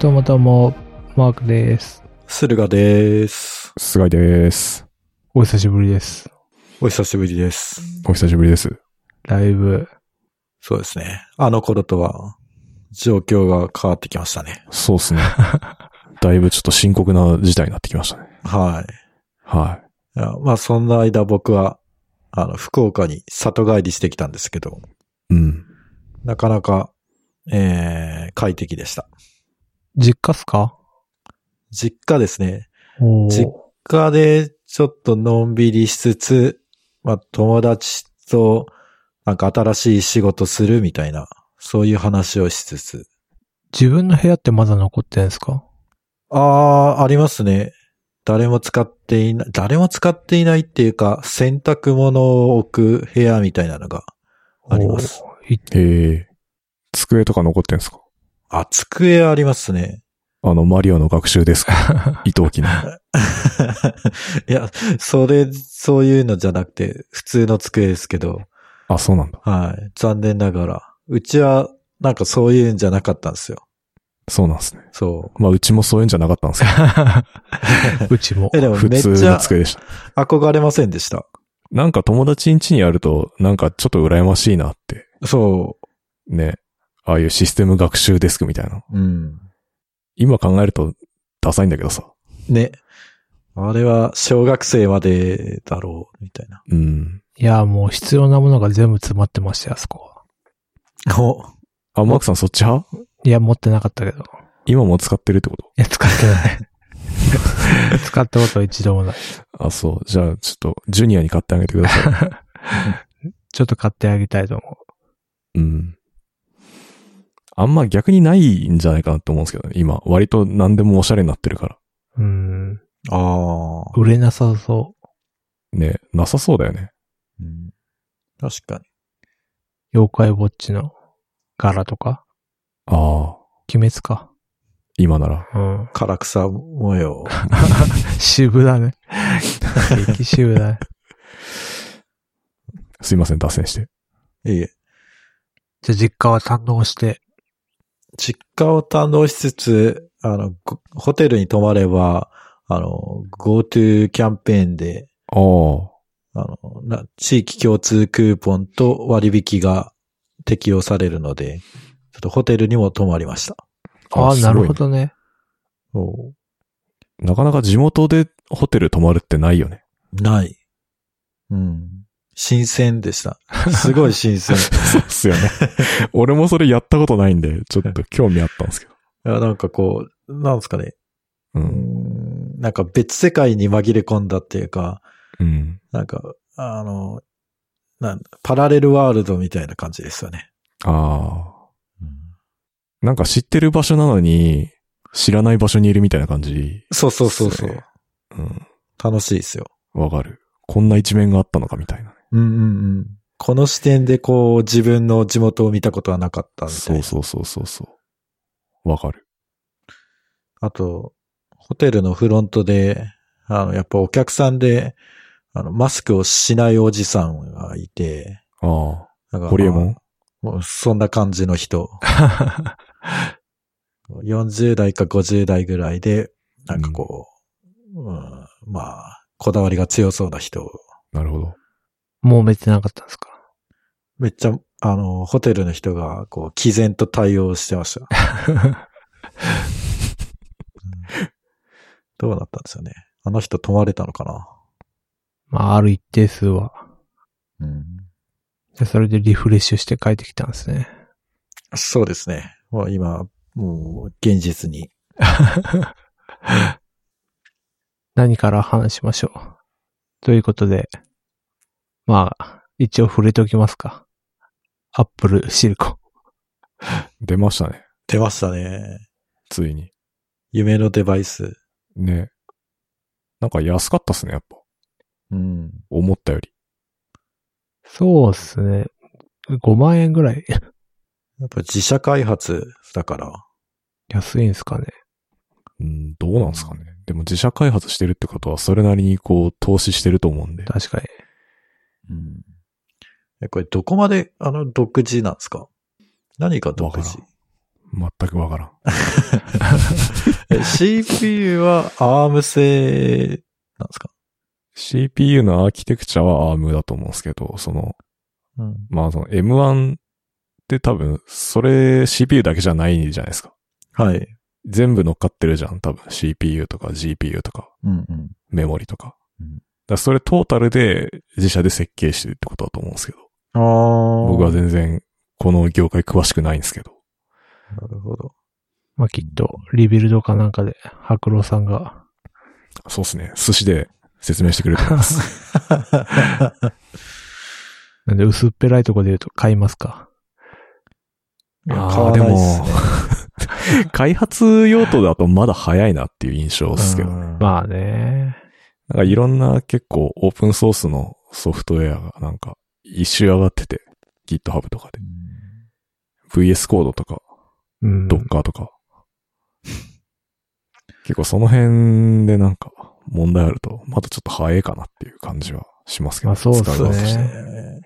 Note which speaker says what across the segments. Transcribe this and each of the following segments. Speaker 1: どうもどうも、マークです。
Speaker 2: 駿河です。
Speaker 3: 菅井です。
Speaker 1: お久しぶりです。
Speaker 2: お久しぶりです。
Speaker 3: お久しぶりです。
Speaker 1: ライブ。
Speaker 2: そうですね。あの頃とは、状況が変わってきましたね。
Speaker 3: そうで すね。だいぶちょっと深刻な事態になってきましたね。
Speaker 2: はい。
Speaker 3: はい
Speaker 2: やまあ、そんな間僕は、あの、福岡に里帰りしてきたんですけど、
Speaker 3: い。うん。
Speaker 2: なかなか、えー、快適でした。
Speaker 1: 実家っすか
Speaker 2: 実家ですね。
Speaker 1: おー
Speaker 2: 実家で、ちょっとのんびりしつつ、まあ、友達と、なんか新しい仕事するみたいな、そういう話をしつつ、
Speaker 1: 自分の部屋ってまだ残ってんすか
Speaker 2: ああ、ありますね。誰も使っていない、誰も使っていないっていうか、洗濯物を置く部屋みたいなのがあります。
Speaker 1: おー。い
Speaker 3: へえ。机とか残ってんすか
Speaker 2: あ、机ありますね。
Speaker 3: あの、マリオの学習ですか伊藤機の。
Speaker 2: いや、それ、そういうのじゃなくて、普通の机ですけど、
Speaker 3: あ、そうなんだ。
Speaker 2: はい。残念ながら。うちは、なんかそういうんじゃなかったんですよ。
Speaker 3: そうなんですね。
Speaker 2: そ
Speaker 3: まあ、うちもそういうんじゃなかったんですけ
Speaker 1: うちも
Speaker 2: う。え、。で
Speaker 3: ど、
Speaker 2: も
Speaker 3: 普
Speaker 2: めっ
Speaker 3: 通
Speaker 2: ち
Speaker 3: の
Speaker 2: ゃ
Speaker 3: 机でした。
Speaker 2: 憧れませんでした。
Speaker 3: なんか友達ん家にあると、なんかちょっと羨ましいなって。
Speaker 2: そ
Speaker 3: ね。ああいうシステム学習デスクみたいな。
Speaker 2: う。うん。
Speaker 3: 今考えると、ダサいんだけどさ。
Speaker 2: ね。あれは小学生までだろう、みたいな。
Speaker 3: うん。
Speaker 1: いや、もう必要なものが全部詰まってましたよ、あそこは。
Speaker 2: お、
Speaker 3: あ、マークさんそっち派
Speaker 1: いや、持ってなかったけど。い
Speaker 3: 今も使ってるってこと
Speaker 1: や、使ってない。 使ったことは一度もない。
Speaker 3: あ、そう。じゃあ、ちょっと、ジュニアに買ってあげてください。
Speaker 1: ちょっと買ってあげたいと思
Speaker 3: うん。あんま逆にないんじゃないかなと思うんですけどね。今、割と何でもおしゃれになってるから。
Speaker 1: う。うん。
Speaker 2: ああ、
Speaker 1: 売れなさそう。
Speaker 3: ね、なさそうだよね。
Speaker 2: うん。確かに。
Speaker 1: 妖怪ウォッチの柄とか
Speaker 3: ああ、
Speaker 1: 鬼滅か。
Speaker 3: 今なら。
Speaker 1: うん。
Speaker 2: 唐草模 様。
Speaker 1: 渋だ ね。激渋だね。
Speaker 3: すいません、脱線して。
Speaker 2: いえ。
Speaker 1: じゃあ実家は堪能して。
Speaker 2: 実家を堪能しつつ、あの、ごホテルに泊まれば、あの、GoTo キャンペーンで、
Speaker 3: ああ、
Speaker 2: あの、な地域共通クーポンと割引が適用されるので、ちょっとホテルにも泊まりました。
Speaker 1: あ
Speaker 3: あ
Speaker 1: あ、
Speaker 3: す
Speaker 1: な
Speaker 3: ごいね
Speaker 1: るほどね。
Speaker 2: お
Speaker 3: なかなか地元でホテル泊まるってないよね。
Speaker 2: ない。うん。新鮮でした。すごい新 鮮。
Speaker 3: そうっすよね。 俺もそれやったことないんで、ちょっと興味あったんですけど。
Speaker 2: いやなんかこう、なんですかね。
Speaker 3: う。
Speaker 2: うんんなんか別世界に紛れ込んだっていうか、
Speaker 3: うん。
Speaker 2: なんか、あの、なんパラレルワールドみたいな感じですよね。
Speaker 3: ああ。なんか知ってる場所なのに、知らない場所にいるみたいな感じ。
Speaker 2: そうそうそうそ
Speaker 3: そうう。うん。
Speaker 2: 楽しいですよ。
Speaker 3: わかる。こんな一面があったのかみたいなね。
Speaker 2: うんうんうん。この視点でこう自分の地元を見たことはなかったみたい
Speaker 3: そ
Speaker 2: な。
Speaker 3: うそうそうそうそう。わかる。
Speaker 2: あと、ホテルのフロントで、あの、やっぱお客さんで、あの、マスクをしないおじさんがいて、
Speaker 3: あ
Speaker 2: なん
Speaker 3: あ。
Speaker 2: か
Speaker 3: ホリエモン
Speaker 2: もうそんな感じの人。40代か50代ぐらいで、なんかこう、うんまあ、こだわりが強そうな人
Speaker 3: なるほど。
Speaker 1: もうめてなかったんですか
Speaker 2: めっちゃ、あの、ホテルの人が、こう、毅然と対応してま した。どうだったんですよね。あの人泊まれたのか
Speaker 1: まあ、ある一定数は。
Speaker 2: なうん。
Speaker 1: じゃあそれでリフレッシュして帰ってきたんですね。
Speaker 2: そうですね。もう今、もう、現実に。
Speaker 1: 何から話しましょう。ということで、まあ、一応触れておきますか。アップルシリコン。
Speaker 3: 出ましたね。
Speaker 2: 出ましたね。
Speaker 3: ついに。
Speaker 2: 夢のデバイス。
Speaker 3: ね。なんか安かったっすね、やっぱ。
Speaker 2: うん。
Speaker 3: 思ったより。
Speaker 1: そうっすね。5万円ぐらい
Speaker 2: やっぱ自社開発だから。
Speaker 1: 安いんすかね。
Speaker 3: うん、どうなんすかね。でも自社開発してるってことは、それなりにこう、投資してると思うんで。
Speaker 1: 確かに。
Speaker 2: うん。え、これどこまで、あの、独自なんですか何が独
Speaker 3: わか
Speaker 2: 自
Speaker 3: ら全くわからん。
Speaker 2: え CPU は ARM 製なんですか
Speaker 3: CPU のアーキテクチャは ARM だと思うんですけど、その、
Speaker 2: うん。
Speaker 3: まあその M1 って多分、それ CPU だけじゃないじゃないですか。
Speaker 2: はい。
Speaker 3: 全部乗っかってるじゃん、多分。CPU とか GPU とか
Speaker 2: うんうん。
Speaker 3: メモリとか。
Speaker 2: うん
Speaker 3: だからそれトータルで自社で設計してるってことだと思うんですけど。
Speaker 2: ああ。
Speaker 3: 僕は全然この業界詳しくないんですけど。
Speaker 2: なるほ ど。
Speaker 1: まあ、きっと、リビルドかなんかで、白郎さん が、
Speaker 3: そうですね。寿司で説明してくれてます。
Speaker 1: なんで薄っぺらいとこで言うと買いますか。
Speaker 2: いや
Speaker 3: あー
Speaker 2: 買わないっすね。
Speaker 3: 開発用途だとまだ早いなっていう印象ですけどね。
Speaker 2: うん
Speaker 1: まあね。
Speaker 3: なんかいろんな結構オープンソースのソフトウェアがなんか一周上がってて、GitHub とかで。VS コードとか、
Speaker 1: うん。
Speaker 3: Docker とか。結構その辺でなんか問題あると、まだちょっと早いかなっていう感じはしますけど。
Speaker 1: まあそうっすね
Speaker 3: 使方として
Speaker 2: ね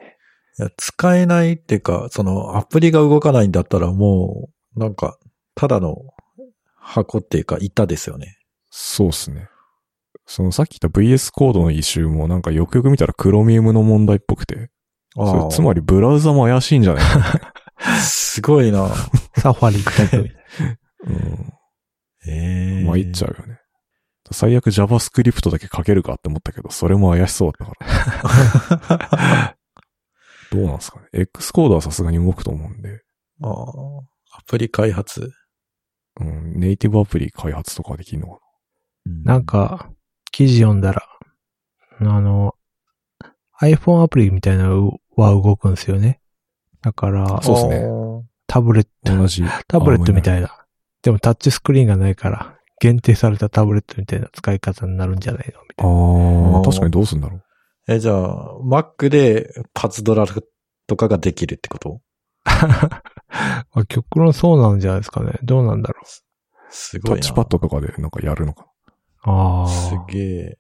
Speaker 2: いや使えないっていうか、そのアプリが動かないんだったらもう、なんか、ただの箱っていうか板ですよね。
Speaker 3: そうですね。そのさっき言った VS コードの一周もなんかよくよく見たら Chromium の問題っぽくて、それ
Speaker 2: ー
Speaker 3: つまりブラウザも怪しいんじゃない かな、
Speaker 2: すごいな。
Speaker 1: サファリ行ったりとか
Speaker 3: うん。
Speaker 2: え
Speaker 3: 参っちゃうよね。最悪 JavaScript だけ書けるかって思ったけど、それも怪しそうだったから。 どうなんですかね。X コードはさすがに動くと思うんで、
Speaker 2: あーアプリ開発。
Speaker 3: うん、ネイティブアプリ開発とかできるのか
Speaker 1: なん、か、記事読んだら、あの、iPhone アプリみたいなのは動くんですよね。だから、
Speaker 3: そうっすね
Speaker 1: タブレット
Speaker 3: な。、同じ。
Speaker 1: タブレットみ
Speaker 3: い。
Speaker 1: たいな。でもタッチスクリーンがないから、限定されたタブレットみたいな使い方になるんじゃないのみた
Speaker 3: あ
Speaker 1: い
Speaker 3: ー
Speaker 2: あー
Speaker 3: 確かにどうすんだろう。
Speaker 2: え、じゃあ、Mac でパズドラとかができるってこと
Speaker 1: な。まあ極論そうなんじゃないですかね。どうなんだろ
Speaker 2: す
Speaker 3: タ
Speaker 2: ごい
Speaker 3: ッ
Speaker 2: な。
Speaker 3: チパッドとかでなんかやるのか
Speaker 1: う。ああ。
Speaker 2: すげえ。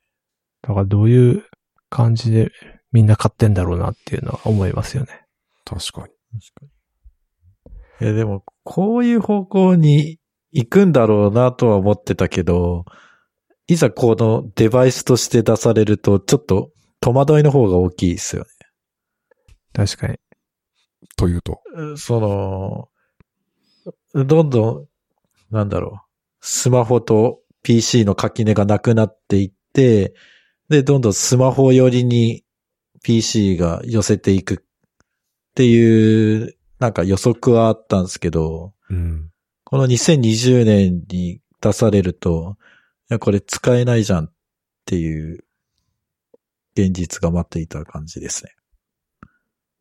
Speaker 1: だからどういう感じでみんな買ってんだろうなっていうのは思いますよね。
Speaker 3: な。確かに。
Speaker 2: 確かに。え、でも、こういう方向に行くんだろうなとは思ってたけど、いざこのデバイスとして出されると、ちょっと戸惑いの方が大きいですよね。
Speaker 1: 確かに。
Speaker 3: というと。
Speaker 2: うんその、どんどん、なんだろう、スマホと PC の垣根がなくなっていって、で、どんどんスマホ寄りに PC が寄せていくっていう、なんか予測はあったんですけど、
Speaker 3: うん。
Speaker 2: この2020年に出されると、いや、これ使えないじゃんっていう現実が待っていた感じですね。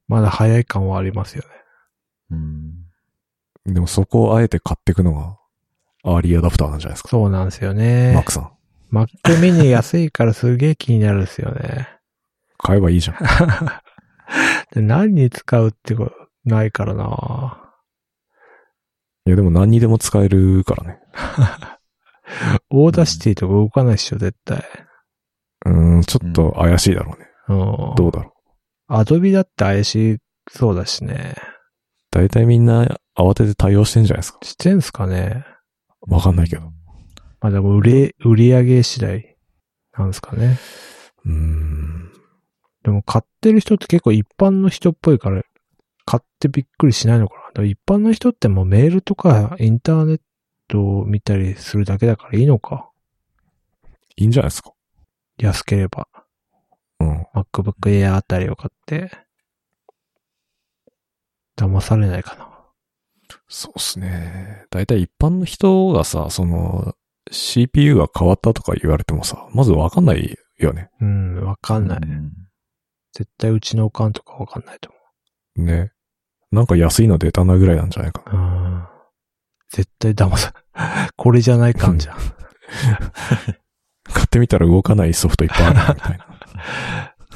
Speaker 1: まだ早い感はありますよね。
Speaker 2: うん。
Speaker 3: でもそこをあえて買っていくのが、アーリーアダプターなんじゃないですか。
Speaker 1: そうなんですよ
Speaker 3: マッ
Speaker 1: ね
Speaker 3: ク。さん。
Speaker 1: Mac mini 安いからすげえ気になるんですよね。
Speaker 3: 買えばいいじゃん。
Speaker 1: で何に使うってことないからない
Speaker 3: やでも何にでも使えるからね。
Speaker 1: オーダーシティとか動かないっしょ、絶対。
Speaker 3: うーん、ちょっと怪しいだろうね。
Speaker 1: うん。
Speaker 3: どうだろう。
Speaker 1: アドビだって怪しそうだしね。
Speaker 3: 大体みんな慌てて対応してんじゃないですか。
Speaker 1: してんすかね
Speaker 3: わかんないけど。
Speaker 1: まあでも売れ、売り上げ次第なんですかね。
Speaker 3: うーん。
Speaker 1: でも買ってる人って結構一般の人っぽいから、買ってびっくりしないのかな。でも一般の人ってもうメールとかインターネットを見たりするだけだからいいのか。
Speaker 3: いいんじゃないですか。
Speaker 1: 安ければ。
Speaker 3: うん。
Speaker 1: MacBook Air あたりを買って。騙されないかな。
Speaker 3: そうっすね。大体一般の人がさ、その、CPU が変わったとか言われてもさ、まずわかんないよね。
Speaker 1: うん、わかんない。
Speaker 2: うん
Speaker 1: 絶対うちのおかんとかわかんないと
Speaker 3: ね。なんか安いの出たなぐらいなんじゃないかな。
Speaker 1: 思う。うん。絶対騙さ、これじゃない感じゃん。
Speaker 3: 買ってみたら動かないソフトいっぱいあるなみ たいな。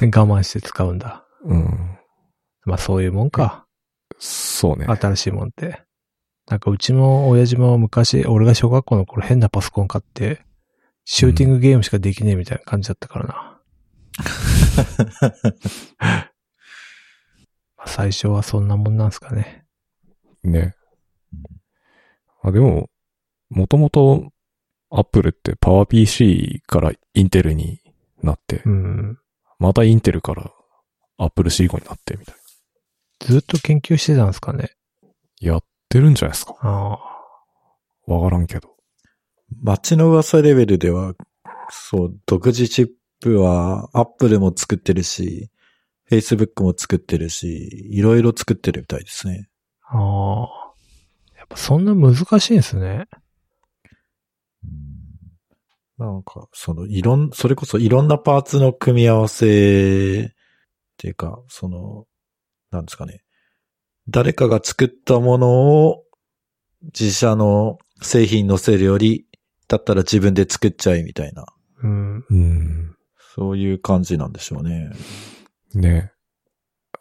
Speaker 1: 我慢して使うんだ。
Speaker 3: うん。
Speaker 1: まあそういうもんか。
Speaker 3: そうね。
Speaker 1: 新しいもんって。なんかうちも親父も昔、俺が小学校の頃変なパソコン買って、シューティングゲームしかできねえみたいな感じだったからな。まあ最初はそんなもんなんすかね。
Speaker 3: ね。あ、でも、もともと Apple って PowerPC からインテルになって、
Speaker 1: うん。
Speaker 3: またインテルから Apple シリコンになってみたいな。
Speaker 1: ずっと研究してたんですかね。
Speaker 3: やってるんじゃないですか
Speaker 1: あ
Speaker 3: わからんけど。
Speaker 2: 街の噂レベルでは、そう、独自チップは Apple も作ってるし、Facebook も作ってるし、いろいろ作ってるみたいですね。
Speaker 1: あ。ああ。やっぱそんな難しいんですね。
Speaker 2: なんか、その、いろん、それこそいろんなパーツの組み合わせっていうか、その、なんですかね。誰かが作ったものを自社の製品に載せるより、だったら自分で作っちゃえみたいな、
Speaker 1: うん。
Speaker 3: うん。
Speaker 2: そういう感じなんでしょうね。
Speaker 3: ね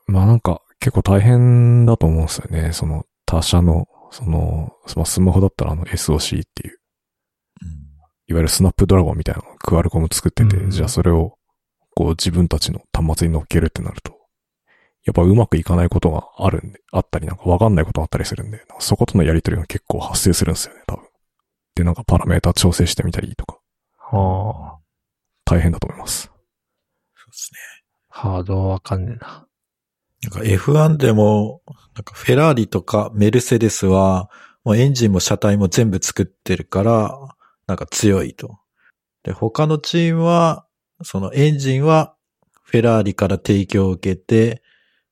Speaker 3: まあなんか結構大変だと思うんですよね。その他社の、その、まあスマホだったらあの SOC っていう、いわゆるスナップドラゴンみたいなのをクアルコム作ってて、
Speaker 1: うん
Speaker 3: じゃあそれをこう自分たちの端末に乗っけるってなると、やっぱうまくいかないことがあるんで、あったりなんかわかんないことがあったりするんで、なんかそことのやりとりが結構発生するんですよね、多分。で、なんかパラメータ調整してみたりとか、
Speaker 1: ああ。
Speaker 3: 大変だと思います。
Speaker 2: そうですね。
Speaker 1: ハードはわかんねえな。
Speaker 2: なんか F1 でも、なんかフェラーリとかメルセデスは、もうエンジンも車体も全部作ってるから、なんか強いと。で、他のチームは、そのエンジンはフェラーリから提供を受けて、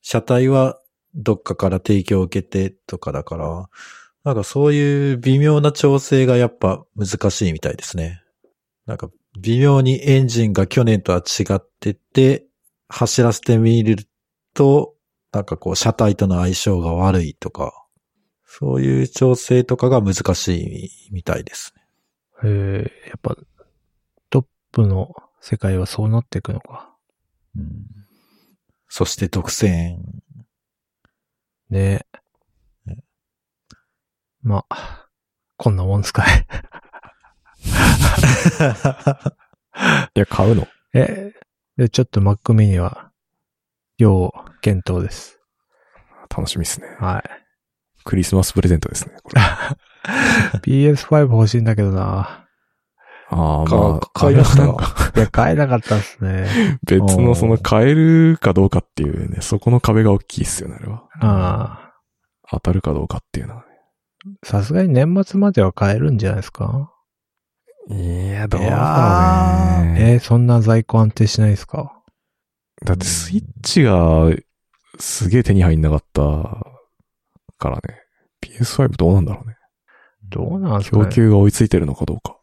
Speaker 2: 車体はどっかから提供を受けてとかだから、なんかそういう微妙な調整がやっぱ難しいみたいですね。なんか微妙にエンジンが去年とは違ってて、走らせてみると、なんかこう車体との相性が悪いとか、そういう調整とかが難しいみたいですね。
Speaker 1: へえ、やっぱ、トップの世界はそうなっていくのか。
Speaker 2: そして独占。
Speaker 1: ねえ
Speaker 2: ね。
Speaker 1: まあ、こんなもんすかい。
Speaker 3: いや、買うの
Speaker 1: え、で、ちょっと Mac mini は、要検討です。
Speaker 3: 楽しみですね。
Speaker 1: はい。
Speaker 3: クリスマスプレゼントですね、これ。あ
Speaker 1: PS5 欲しいんだけどな。
Speaker 3: あー、
Speaker 2: か
Speaker 3: まあ、
Speaker 2: 買いました
Speaker 3: あれはなんか
Speaker 1: いや、買えなかったっすね。
Speaker 3: 別
Speaker 2: おー
Speaker 3: のその買えるかどうかっていうね、そこの壁が大きいっすよね、あれは。
Speaker 1: あ
Speaker 3: 当たるかどうかっていうのは
Speaker 1: あ。さすがに年末までは買えるんじゃないですか
Speaker 3: ね。いや、
Speaker 2: どうだろうね
Speaker 1: えーそんな在庫安定しないですか
Speaker 3: だってスイッチがすげえ手に入んなかったからね。PS5 どうなんだろうね。
Speaker 1: どうなんすか、ね、
Speaker 3: 供給が追いついてるのかどうか。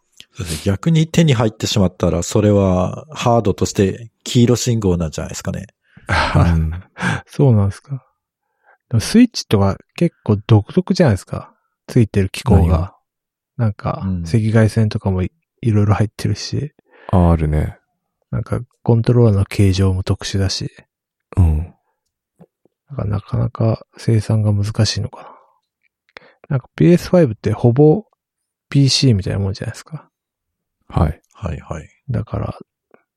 Speaker 2: 逆に手に入ってしまったら、それはハードとして黄色信号なんじゃないですかね。
Speaker 3: うん
Speaker 1: そうなんですか。でもスイッチとか結構独特じゃないですか。ついてる機構
Speaker 3: 何
Speaker 1: が
Speaker 3: が。
Speaker 1: なんか、
Speaker 2: うん
Speaker 1: 赤外線とかもいいろいろ入ってるし、
Speaker 3: ああるね。
Speaker 1: なんかコントローラーの形状も特殊だし、
Speaker 3: うん。
Speaker 1: なんかなかなか生産が難しいのかな。なんか PS5 ってほぼ PC みたいなもんじゃないですか。
Speaker 3: はい。
Speaker 2: はいはい。
Speaker 1: だから、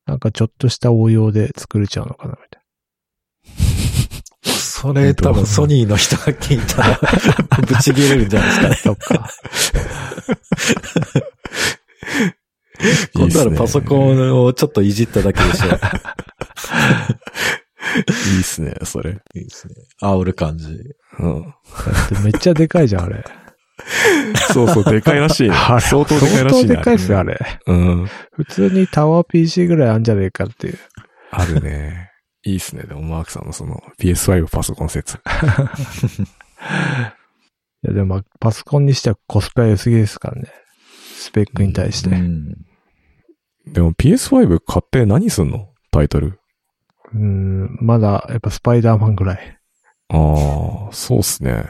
Speaker 1: なんかちょっとした応用で作れちゃうのかなみたい
Speaker 2: それ多分ソニーの人が聞いた ら、ぶち切れるんじゃないですか
Speaker 1: な。
Speaker 2: ね。
Speaker 1: そっ か。
Speaker 2: 今度はパソコ
Speaker 3: いいっ
Speaker 2: ンをちょっといじっただけで しょ。
Speaker 3: すねいいっすね、それ。
Speaker 2: いいですね。煽る感じ。
Speaker 3: うん。
Speaker 1: だってめっちゃでかいじゃん、あれ。
Speaker 3: そうそう、でかいらしい ね。
Speaker 1: あれ
Speaker 3: 相当でかいら
Speaker 1: 相当
Speaker 3: しいね
Speaker 1: でかいっすよ、あ。れ。
Speaker 3: うん。
Speaker 1: 普通にタワー PC ぐらいあんじゃねえかっていう。
Speaker 3: あるね。いいっすね。でも、マークさんのその PS5 パソコン説。
Speaker 1: いやでもまあパソコンにしてはコスパ良すぎですからね。スペックに対して。うん。
Speaker 2: ん。
Speaker 3: でも PS5 買って何すんのタイトル。
Speaker 1: まだやっぱスパイダーマンぐらい。
Speaker 3: ああ、そうっすね。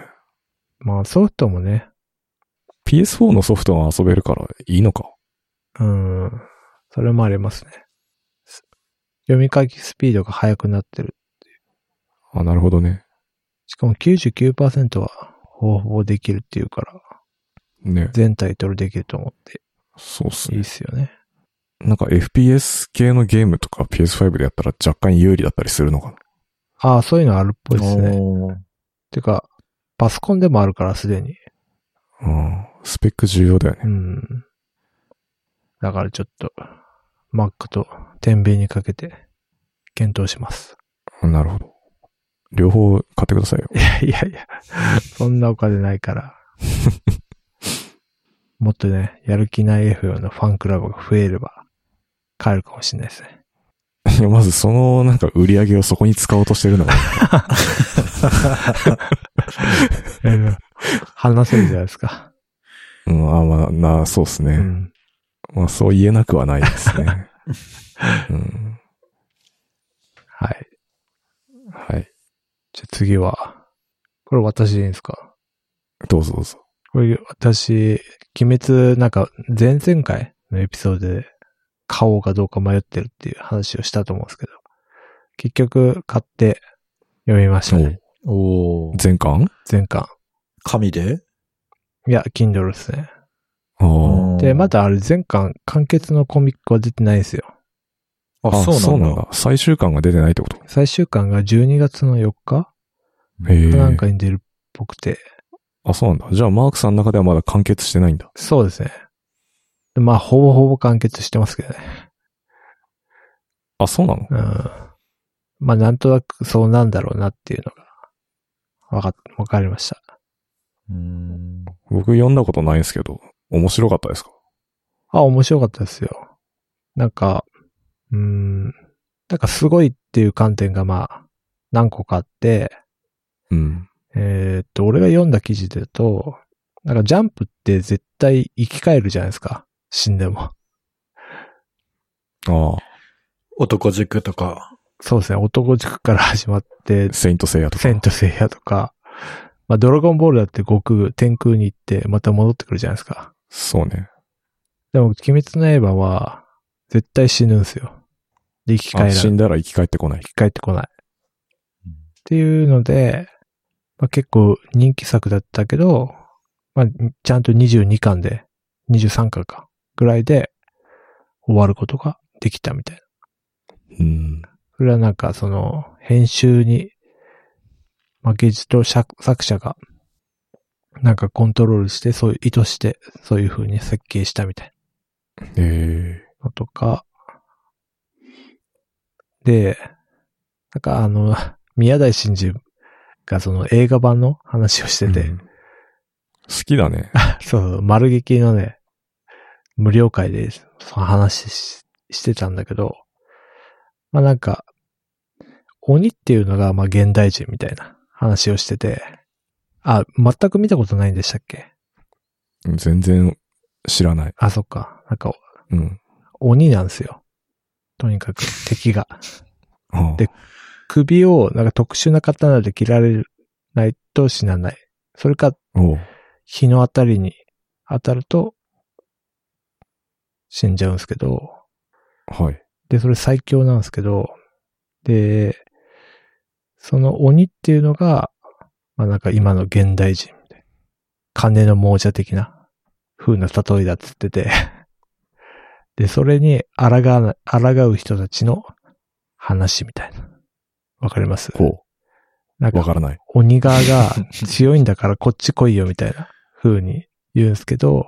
Speaker 1: まあソフトもね。
Speaker 3: PS4 のソフトが遊べるからいいのか。
Speaker 1: うん。それもありますね。す読み書きスピードが速くなってる。
Speaker 3: あ、なるほどね。
Speaker 1: しかも99%はほぼほぼできるっていうから、
Speaker 3: ね。
Speaker 1: 全タイトルできると思って
Speaker 3: そうっす
Speaker 1: いい
Speaker 3: ね
Speaker 1: っ。すよね。
Speaker 3: なんか FPS 系のゲームとか PS5 でやったら若干有利だったりするのかな。
Speaker 1: ああ、そういうのあるっぽいですね。
Speaker 2: おー
Speaker 1: てか、パソコンでもあるからすでに。
Speaker 3: うん。スペック重要だよね
Speaker 1: う。ん。だからちょっと、Mac と天秤にかけて検討します。
Speaker 3: なるほど。両方買ってくださいよ。
Speaker 1: いや いやいや、そんなお金ない から。もっとね、やる気ない F のファンクラブが増えれば、買えるかもしれないですね。
Speaker 3: いや、まずその、なんか売り上げをそこに使おうとしてるのが、
Speaker 1: うん話せるじゃないですか。
Speaker 3: うん、あまあ、な、そうですね。
Speaker 1: うん。
Speaker 3: まあ、そう言えなくはないです ね。うん。
Speaker 1: はい。
Speaker 3: はい。
Speaker 1: じゃあ次は、これ私でいいんですか
Speaker 3: どうぞどうぞ。
Speaker 1: これ私、鬼滅なんか前々回のエピソードで買おうかどうか迷ってるっていう話をしたと思うんですけど、結局買って読みましたね。
Speaker 2: おー
Speaker 3: 全巻
Speaker 1: 全巻。
Speaker 2: 紙で
Speaker 1: いや、Kindle ですね。
Speaker 3: ああ。
Speaker 1: で、ま、だあれ全巻完結のコミックは出てないんですよ。
Speaker 2: あ、
Speaker 3: あ
Speaker 2: そうなんだ。
Speaker 3: 最終巻が出てないってこと
Speaker 1: 最終巻が12月の4日
Speaker 3: へえ。
Speaker 1: なんかに出るっぽくて。
Speaker 3: あ、そうなんだ。じゃあ、マークさんの中ではまだ完結してないんだ。
Speaker 1: そうですね。でまあ、ほぼほぼ完結してますけどね。
Speaker 3: あ、そうなの
Speaker 1: うんまあ、なんとなくそうなんだろうなっていうのが、わか、わかりました。
Speaker 2: うーん
Speaker 3: 僕読んだことないんですけど、面白かったですか
Speaker 1: あ、面白かったですよ。なんか、うーん、なんかすごいっていう観点がまあ、何個かあって、
Speaker 3: うん。
Speaker 1: えーっと、俺が読んだ記事だと、なんかジャンプって絶対生き返るじゃないですか。死んでも。
Speaker 3: ああ。
Speaker 2: 男塾とか。
Speaker 1: そうですね。男塾から始まって、
Speaker 3: セイントセイヤとか。
Speaker 1: セントセイヤとか、まあ、ドラゴンボールだって悟空、天空に行って、また戻ってくるじゃないですか。
Speaker 3: そうね。
Speaker 1: でも、鬼滅の刃は、絶対死ぬんすよ。で、生き返
Speaker 3: あ
Speaker 1: らない。
Speaker 3: 死
Speaker 1: 生
Speaker 3: んだら生き返ってこない。
Speaker 1: き返ってこない。っていうので、まあ、結構人気作だったけど、まあ、ちゃんと22巻で、23巻か、ぐらいで終わることができたみたいな。
Speaker 3: うん。
Speaker 1: それはなんか、その、編集に、まあ、芸術と作作者が、なんかコントロールして、そういう意図して、そういう風に設計したみたいな。
Speaker 3: ええ。
Speaker 1: のとか、で、なんかあの、 宮台真司がその映画版の話をしてて、
Speaker 3: うん好きだね。
Speaker 1: そう、丸劇のね、無料会でその話ししてたんだけど、まあなんか、鬼っていうのがまあ現代人みたいな話をしてて、あ、全く見たことないんでしたっけ
Speaker 3: 全然知らない。
Speaker 1: あ、そっか。なんか
Speaker 3: うん。
Speaker 1: 鬼なんですよ。とにかく敵が。
Speaker 3: ああ
Speaker 1: で首をなんか特殊な刀で切られないと死なない。それか、
Speaker 3: おう
Speaker 1: 日の当たりに当たると死んじゃうんですけど、
Speaker 3: はい。
Speaker 1: で、それ最強なんですけど、で、その鬼っていうのが、まあなんか今の現代人みたいな、金の亡者的な風な例えだっつって て、で、それに抗わな、抗う人たちの話みたいな。わかります
Speaker 3: こ
Speaker 1: なん
Speaker 3: う。わ
Speaker 1: か
Speaker 3: からない。
Speaker 1: 鬼側が 強いんだからこっち来いよみたいな風に言うんですけど、
Speaker 3: うん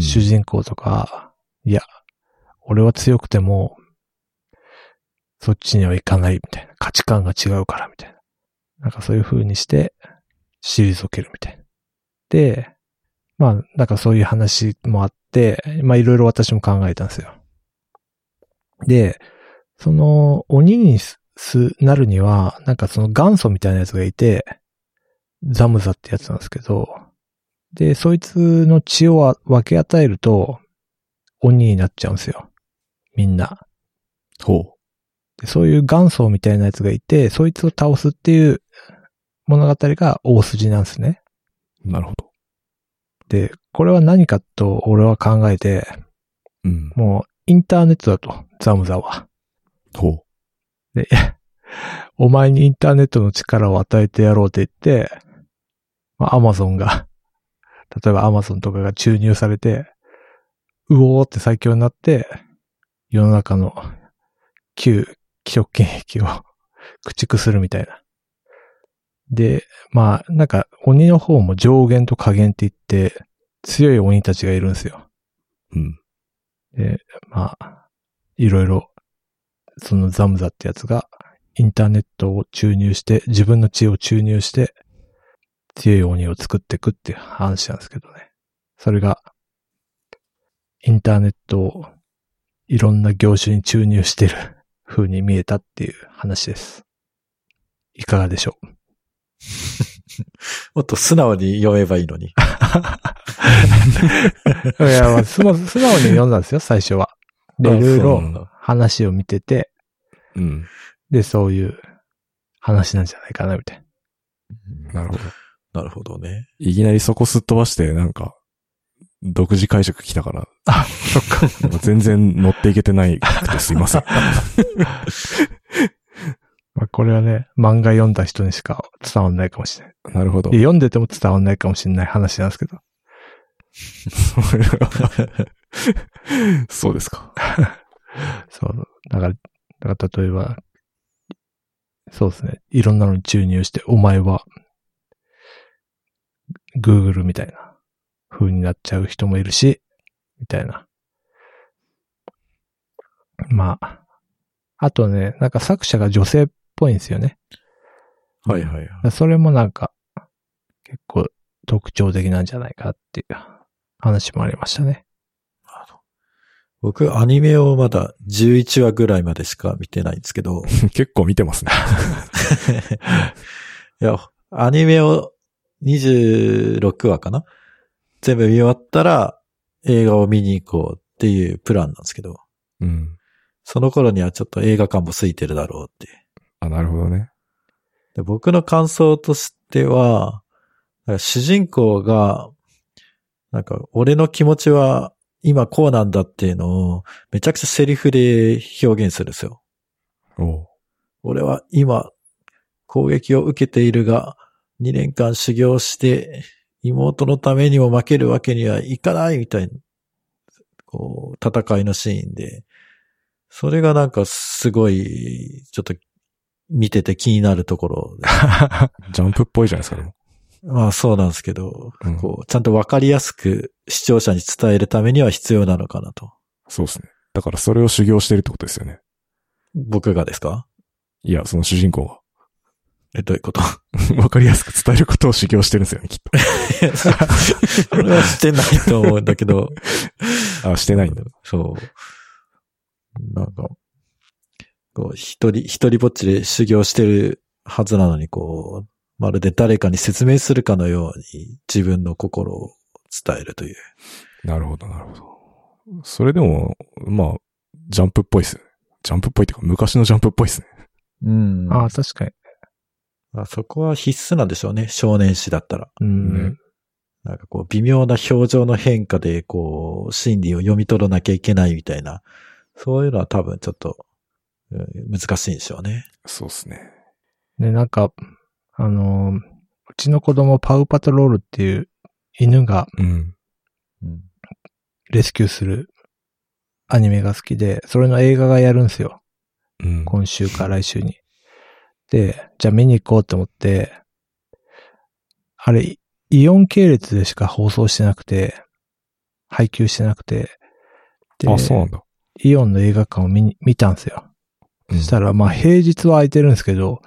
Speaker 1: 主人公とか、いや、俺は強くても、そっちには行かないみたいな。価値観が違うからみたいな。なんかそういう風にして、退けるみたいな。で、まあ、なんかそういう話もあって、まあいろいろ私も考えたんですよ。で、その鬼にすすなるには、なんかその元祖みたいなやつがいて、ザムザってやつなんですけど、で、そいつの血を分け与えると、鬼になっちゃうんですよ。みんな。
Speaker 3: ほ
Speaker 1: でそういう元祖みたいなやつがいて、そいつを倒すっていう物語が大筋なんですね。
Speaker 3: う。なるほど。
Speaker 1: で、これは何かと俺は考えて、
Speaker 3: うん。
Speaker 1: もうインターネットだと、ザムザは。
Speaker 3: ほう。
Speaker 1: で、お前にインターネットの力を与えてやろうって言って、まあ、アマゾンが、例えばアマゾンとかが注入されて、うおーって最強になって、世の中の旧既得権益を 駆逐するみたいな。で、まあ、なんか鬼の方も上限と下限って言って、強い鬼たちがいるんですよ。
Speaker 3: うん。
Speaker 1: で、まあ、いろいろ、そのザムザってやつが、インターネットを注入して、自分の血を注入して、強い鬼を作っていくっていう話なんですけどね。それが、インターネットをいろんな業種に注入してる 風に見えたっていう話です。いかがでしょう
Speaker 2: もっと素直に読めばいいのに。
Speaker 1: いや、まあ、素直素直に読んだんですよ、最初は。で、
Speaker 2: あ
Speaker 1: いろい
Speaker 2: そう
Speaker 1: ろ
Speaker 2: なんだ
Speaker 1: 話を見てて、
Speaker 3: うん。
Speaker 1: で、そういう話なんじゃないかな、みたい
Speaker 3: なるほど。
Speaker 2: なるほどね。
Speaker 3: いきなりそこすっ飛ばして、なんか、独自解釈来たから、
Speaker 1: な。あ、そっか。
Speaker 3: 全然乗っていけてないくてすいません。
Speaker 1: まあ、これはね、漫画読んだ人にしか伝わんないかもしれない。
Speaker 3: なるほど
Speaker 1: で。読んでても伝わんないかもしれない話なんですけど。
Speaker 3: それは そうですか。
Speaker 1: そう。だから、だから例えば、そうですね。いろんなのに注入して、お前は、Google みたいな風になっちゃう人もいるし、みたいな。まあ。あとね、なんか作者が女性っぽいんですよね。
Speaker 2: はいはいはい。
Speaker 1: それもなんか、結構特徴的なんじゃないかっていう話もありましたね。
Speaker 2: 僕、アニメをまだ11話ぐらいまでしか見てないんですけ ど、
Speaker 3: 結構見てますね。
Speaker 2: いや、アニメを26話かな全部見終わったら映画を見に行こうっていうプランなんですけど、
Speaker 3: うん。
Speaker 2: その頃にはちょっと映画館も空いてるだろうって。
Speaker 3: あ、なるほどね。
Speaker 2: で僕の感想としては、なんか主人公が、なんか俺の気持ちは今こうなんだっていうのをめちゃくちゃセリフで表現するんですよ。
Speaker 3: おう
Speaker 2: 俺は今、攻撃を受けているが、2年間修行して、妹のためにも負けるわけにはいかないみたいな、こう、戦いのシーンで、それがなんかすごい、ちょっと、見てて気になるところで。
Speaker 3: ジャンプっぽいじゃないですか、でも。
Speaker 2: まあそうなんですけど、
Speaker 3: うん
Speaker 2: こう、ちゃんとわかりやすく視聴者に伝えるためには必要なのかなと。
Speaker 3: そうですね。だからそれを修行してるってことですよね。
Speaker 2: 僕がですか
Speaker 3: いや、その主人公は。
Speaker 2: え、どういうこと
Speaker 3: わかりやすく伝えることを修行してるんですよね、きっ
Speaker 2: いやそそれはしてないと思うんだけど。
Speaker 3: と。あ、してないんだ。
Speaker 2: そう。なんか、こう、一人、一人ぼっちで修行してるはずなのに、こう、まるで誰かに説明するかのように自分の心を伝えるという。
Speaker 3: なるほど、なるほど。それでも、まあ、ジャンプっぽいっすね。ジャンプっぽいっていうか、昔のジャンプっぽいっすね。
Speaker 2: うん
Speaker 1: ああ、確かに。
Speaker 2: まあ、そこは必須なんでしょうね。少年誌だったら。
Speaker 1: うん。
Speaker 3: ね
Speaker 2: なんかこう、微妙な表情の変化で、こう、心理を読み取らなきゃいけないみたいな。そういうのは多分ちょっと、うん難しいんでしょうね。
Speaker 3: そうっすね。
Speaker 1: で、なんか、あのーうちの子供パウパトロールっていう犬が
Speaker 3: うん。
Speaker 2: うん。
Speaker 1: レスキューするアニメが好きで、それの映画がやるんですよ。
Speaker 3: うん。
Speaker 1: 今週か来週に。で、じゃあ見に行こうと思って、あれ、イイオン系列でしか放送してなくて、配給してなくて、で
Speaker 3: あ、そうなんだ。
Speaker 1: イオンの映画館を見に見たんですよ。
Speaker 3: う
Speaker 1: そ
Speaker 3: ん
Speaker 1: したら、まあ平日は空いてるんですけど、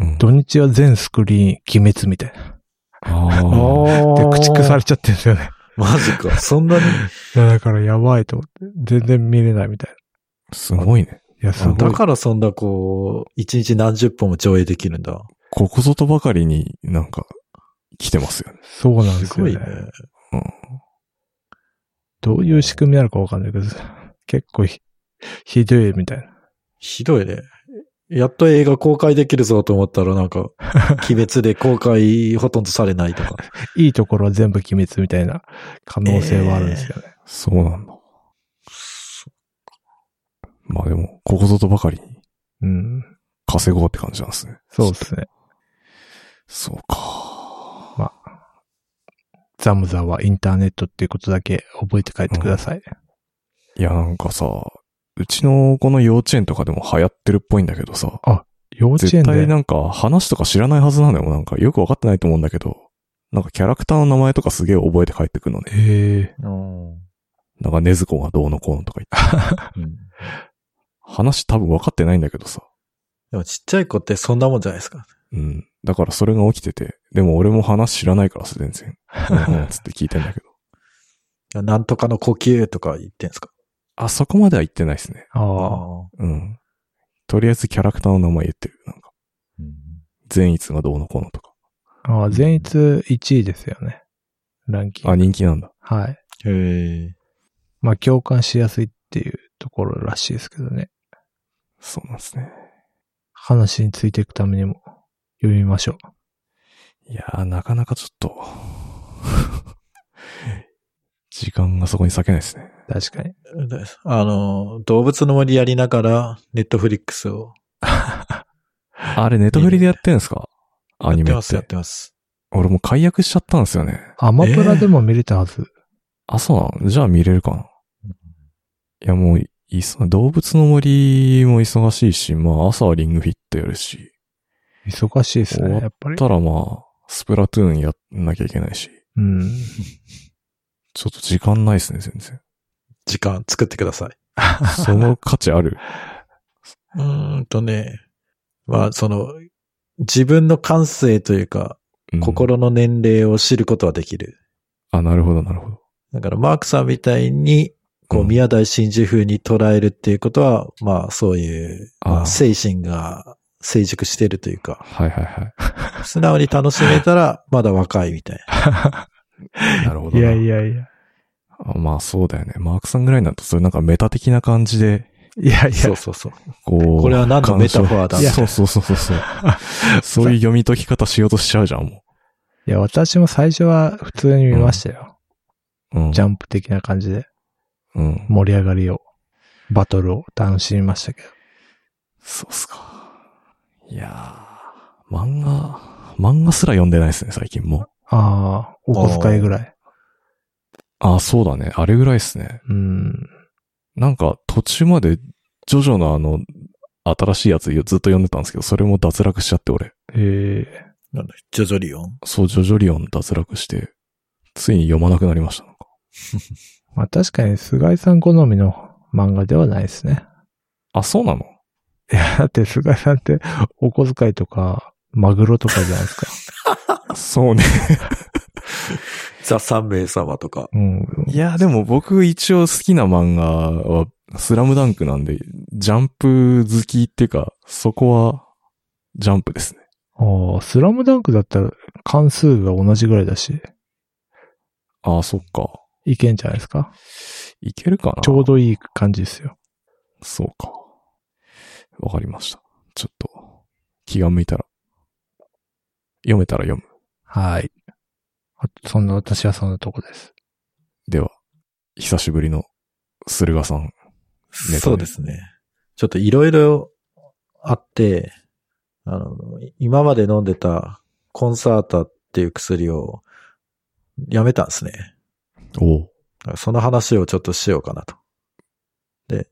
Speaker 3: うん、
Speaker 1: 土日は全スクリーン鬼滅みたいな。
Speaker 3: あ
Speaker 2: あ
Speaker 3: ー
Speaker 1: で、駆逐されちゃってるんですよね。
Speaker 2: マジか。そんなに
Speaker 1: いや、だからやばいと思って、全然見れないみたい
Speaker 3: すごいね。
Speaker 1: な。いや、すごい。
Speaker 2: だからそんなこう、一日何十本も上映できるんだ。
Speaker 3: ここぞとばかりになんか、来てますよね。
Speaker 1: そうなんですすよ
Speaker 2: ごい
Speaker 1: ね
Speaker 2: ね。。
Speaker 3: うん。
Speaker 1: どういう仕組みなのかわかんないけど、結構ひ、ひどいみたいな。
Speaker 2: ひどいね。やっと映画公開できるぞと思ったらなん か、鬼滅で公開ほとんどされないとか。
Speaker 1: いいところは全部鬼滅みたいな可能性はあるんですよね。
Speaker 3: そうなんだ。まあでも、ここぞとばかりに
Speaker 1: うん。
Speaker 3: 稼ごうって感じなんですね。
Speaker 1: そうですね。
Speaker 3: そうか。
Speaker 1: ザムザはインターネットっていうことだけ覚えて帰ってください。
Speaker 3: いや、なんかさ、うちの子の幼稚園とかでも流行ってるっぽいんだけどさ、
Speaker 1: 幼稚
Speaker 3: 絶
Speaker 1: 園
Speaker 3: 対
Speaker 1: で
Speaker 3: なんか話とか知らないはずなのよ。なんかよくわかってないと思うんだけど、なんかキャラクターの名前とかすげえ覚えて帰ってくるのね。
Speaker 1: へえ。
Speaker 2: うん。
Speaker 3: なんかネズコがどうのこうのとか言って。話多分分かってないんだけどさ。
Speaker 2: でもちっちゃい子ってそんなもんじゃないですか。
Speaker 3: うん。だからそれが起きてて。でも俺も話知らないからさ、全然。うん うん、つって聞いてんだけど。
Speaker 2: なんとかの呼吸とか言ってんすか。
Speaker 3: あそこまでは言ってないですね。
Speaker 1: ああ。
Speaker 3: うん。とりあえずキャラクターの名前言ってる。なんか、善逸がどうのこうのとか。
Speaker 1: ああ、全逸1位ですよね。ランキン
Speaker 3: あ、
Speaker 1: グ。
Speaker 3: 人気なんだ。
Speaker 1: はい。
Speaker 2: へえ。
Speaker 1: まあ、共感しやすいっていうところらしいですけどね。
Speaker 3: そうなんですね。
Speaker 1: 話についていくためにも読みましょう。
Speaker 3: いやー、なかなかちょっと、時間がそこに割けないですね。
Speaker 1: 確かに。
Speaker 2: あの、動物の森やりながら、ネットフリックスを
Speaker 3: あれ、ネトフリでやってんすか
Speaker 2: や
Speaker 3: ア
Speaker 2: って
Speaker 3: ニメっ。
Speaker 2: ます、やっててます。
Speaker 3: 俺もう解約しちゃったんですよね。
Speaker 1: アマプラでも見れたはず。
Speaker 3: あ、そうなのじゃあ見れるかな
Speaker 2: うん。
Speaker 3: いや、もう、いそ動物の森も忙しいし、まあ、朝はリングフィットやるし、
Speaker 1: 忙しいですね、やっぱり。
Speaker 3: たらまあ、スプラトゥーンやんなきゃいけないし、
Speaker 1: うん。
Speaker 3: ちょっと時間ないですね、全 然。
Speaker 2: 時間作ってください。
Speaker 3: その価値ある。
Speaker 2: うーんとね、まあ、その、自分の感性というか、
Speaker 3: うん。
Speaker 2: 心の年齢を知ることはできる。
Speaker 3: あ、なるほど、なるほど。
Speaker 2: だから、マークさんみたいに、こ
Speaker 3: う
Speaker 2: う、
Speaker 3: ん
Speaker 2: 宮台真司風に捉えるっていうことは、まあ、そういう、
Speaker 3: あー
Speaker 2: まあ精神が成熟してるというか、
Speaker 3: はいはいは
Speaker 2: 素直に楽しめた ら、まだ若いみたいな。
Speaker 3: い。なるほど
Speaker 1: い
Speaker 3: な。
Speaker 1: やいやいや。
Speaker 3: あまあそうだよね。マークさんぐらいになると、それなんかメタ的な感じで、
Speaker 1: いやいや
Speaker 2: そう、そうそう。
Speaker 3: こう。
Speaker 2: これは何のメタファーだ
Speaker 3: 感傷そうそうそうそ うそう。そういう読み解き方しようとしちゃうじゃん、も
Speaker 1: いや、私も最初は普通に見ましたよ。
Speaker 3: う。うん。
Speaker 1: ジ
Speaker 3: ゃ
Speaker 1: ャンプ的な感じで
Speaker 3: うん。
Speaker 1: 盛り上がりを、バトルを楽しみましたけど。
Speaker 3: そうっすか。いやー、漫画、漫画すら読んでないですね、最近もう。
Speaker 1: ああ、お小遣いぐらい。
Speaker 3: あー、そうだね。あれぐらいですね。
Speaker 1: うん。
Speaker 3: なんか途中まで、ジョジョのあの、新しいやつずっと読んでたんですけど、それも脱落しちゃって、俺。
Speaker 1: ええ
Speaker 2: なんだ、ジョジョリオン。
Speaker 3: そう、ジョジョリオン脱落して、ついに読まなくなりました。なんか
Speaker 1: まあ確かに菅井さん好みの漫画ではないですね。
Speaker 3: あ、そうなの
Speaker 1: いや、だって菅井さんってお小遣いとか、マグロとかじゃないですか。
Speaker 3: そうね。
Speaker 2: ザ・三名様とか。
Speaker 1: うん。
Speaker 3: いや、でも僕一応好きな漫画は、スラムダンクなんで、ジャンプ好きっていうか、そこは、ジャンプですね。
Speaker 1: ああ、スラムダンクだったら関数が同じぐらいだし、
Speaker 3: ああ、そっか。
Speaker 1: いけんじゃないですか。
Speaker 3: いけるかな
Speaker 1: ちょう。どいい感じですよ。
Speaker 3: そうか。わかりました。ちょっと、気が向いたら。読めたら読む。
Speaker 1: はい。あそんな、私はそんなとこです。
Speaker 3: では、久しぶりの、駿河さん。ね
Speaker 2: そうですね。ちょっといろいろあって、あの、今まで飲んでたコンサータっていう薬をやめたんですね。
Speaker 3: おう。
Speaker 2: その話をちょっとしようかなと。で、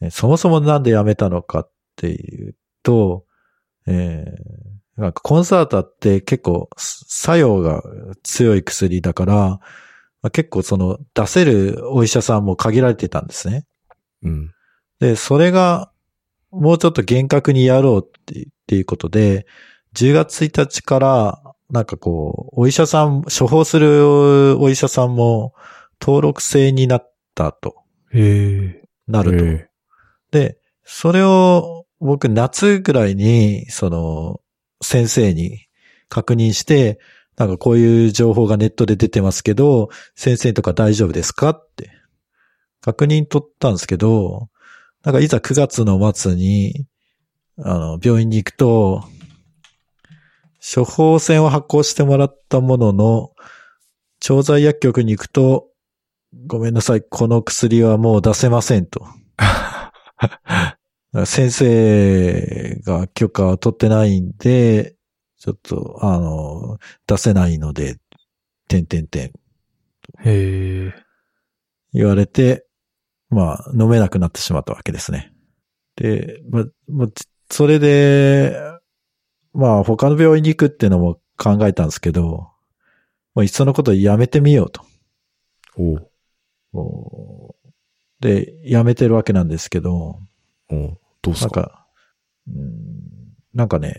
Speaker 2: えそもそもなんでやめたのかっていうと、えーなんかコンサータって結構す作用が強い薬だから、まあ結構その出せるお医者さんも限られてたんですね。
Speaker 3: うん。
Speaker 2: で、それが、もうちょっと厳格にやろうってっていうことで、10月1日から、なんかこう、お医者さん、処方するお医者さんも登録制になったと、
Speaker 1: ええ
Speaker 2: なると。
Speaker 3: え
Speaker 2: で、それを僕夏ぐらいに、その、先生に確認して、なんかこういう情報がネットで出てますけど、先生とか大丈夫ですかって確認取ったんですけど、なんかいざ9月の末に、あの、病院に行くと、処方箋を発行してもらったものの、調剤薬局に行くと、ごめんなさい、この薬はもう出せませんと。先生が許可を取ってないんで、ちょっと、あの、出せないので、てんてんてん
Speaker 1: ええ
Speaker 2: 言われて、まあ、飲めなくなってしまったわけですね。で、まあ、まあ、つそれで、まあ、他の病院に行くっていうのも考えたんですけど、もういっそのことやめてみようと。
Speaker 3: おう。
Speaker 2: おーで、やめてるわけなんですけど、
Speaker 3: おうどうす
Speaker 2: なん
Speaker 3: か
Speaker 2: か、うん、なんかね、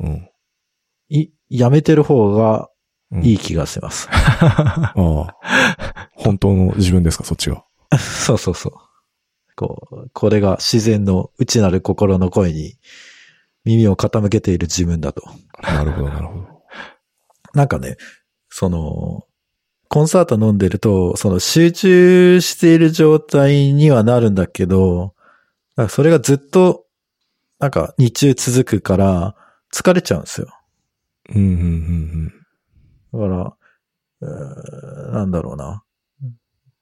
Speaker 3: うん。
Speaker 2: い、やめてる方が
Speaker 3: うん
Speaker 2: いい気がします。
Speaker 3: ああ。本当の自分ですか、そっちが。
Speaker 2: そうそうそう。こう、これが自然の内なる心の声に耳を傾けている自分だと。
Speaker 3: なるほど、なるほど。
Speaker 2: なんかね、その、コンサート飲んでると、その集中している状態にはなるんだけど、なんかそれがずっと、なんか日中続くから疲れちゃうんですよ。
Speaker 3: うん、うん、うん、
Speaker 2: だから、えーなんだろうな。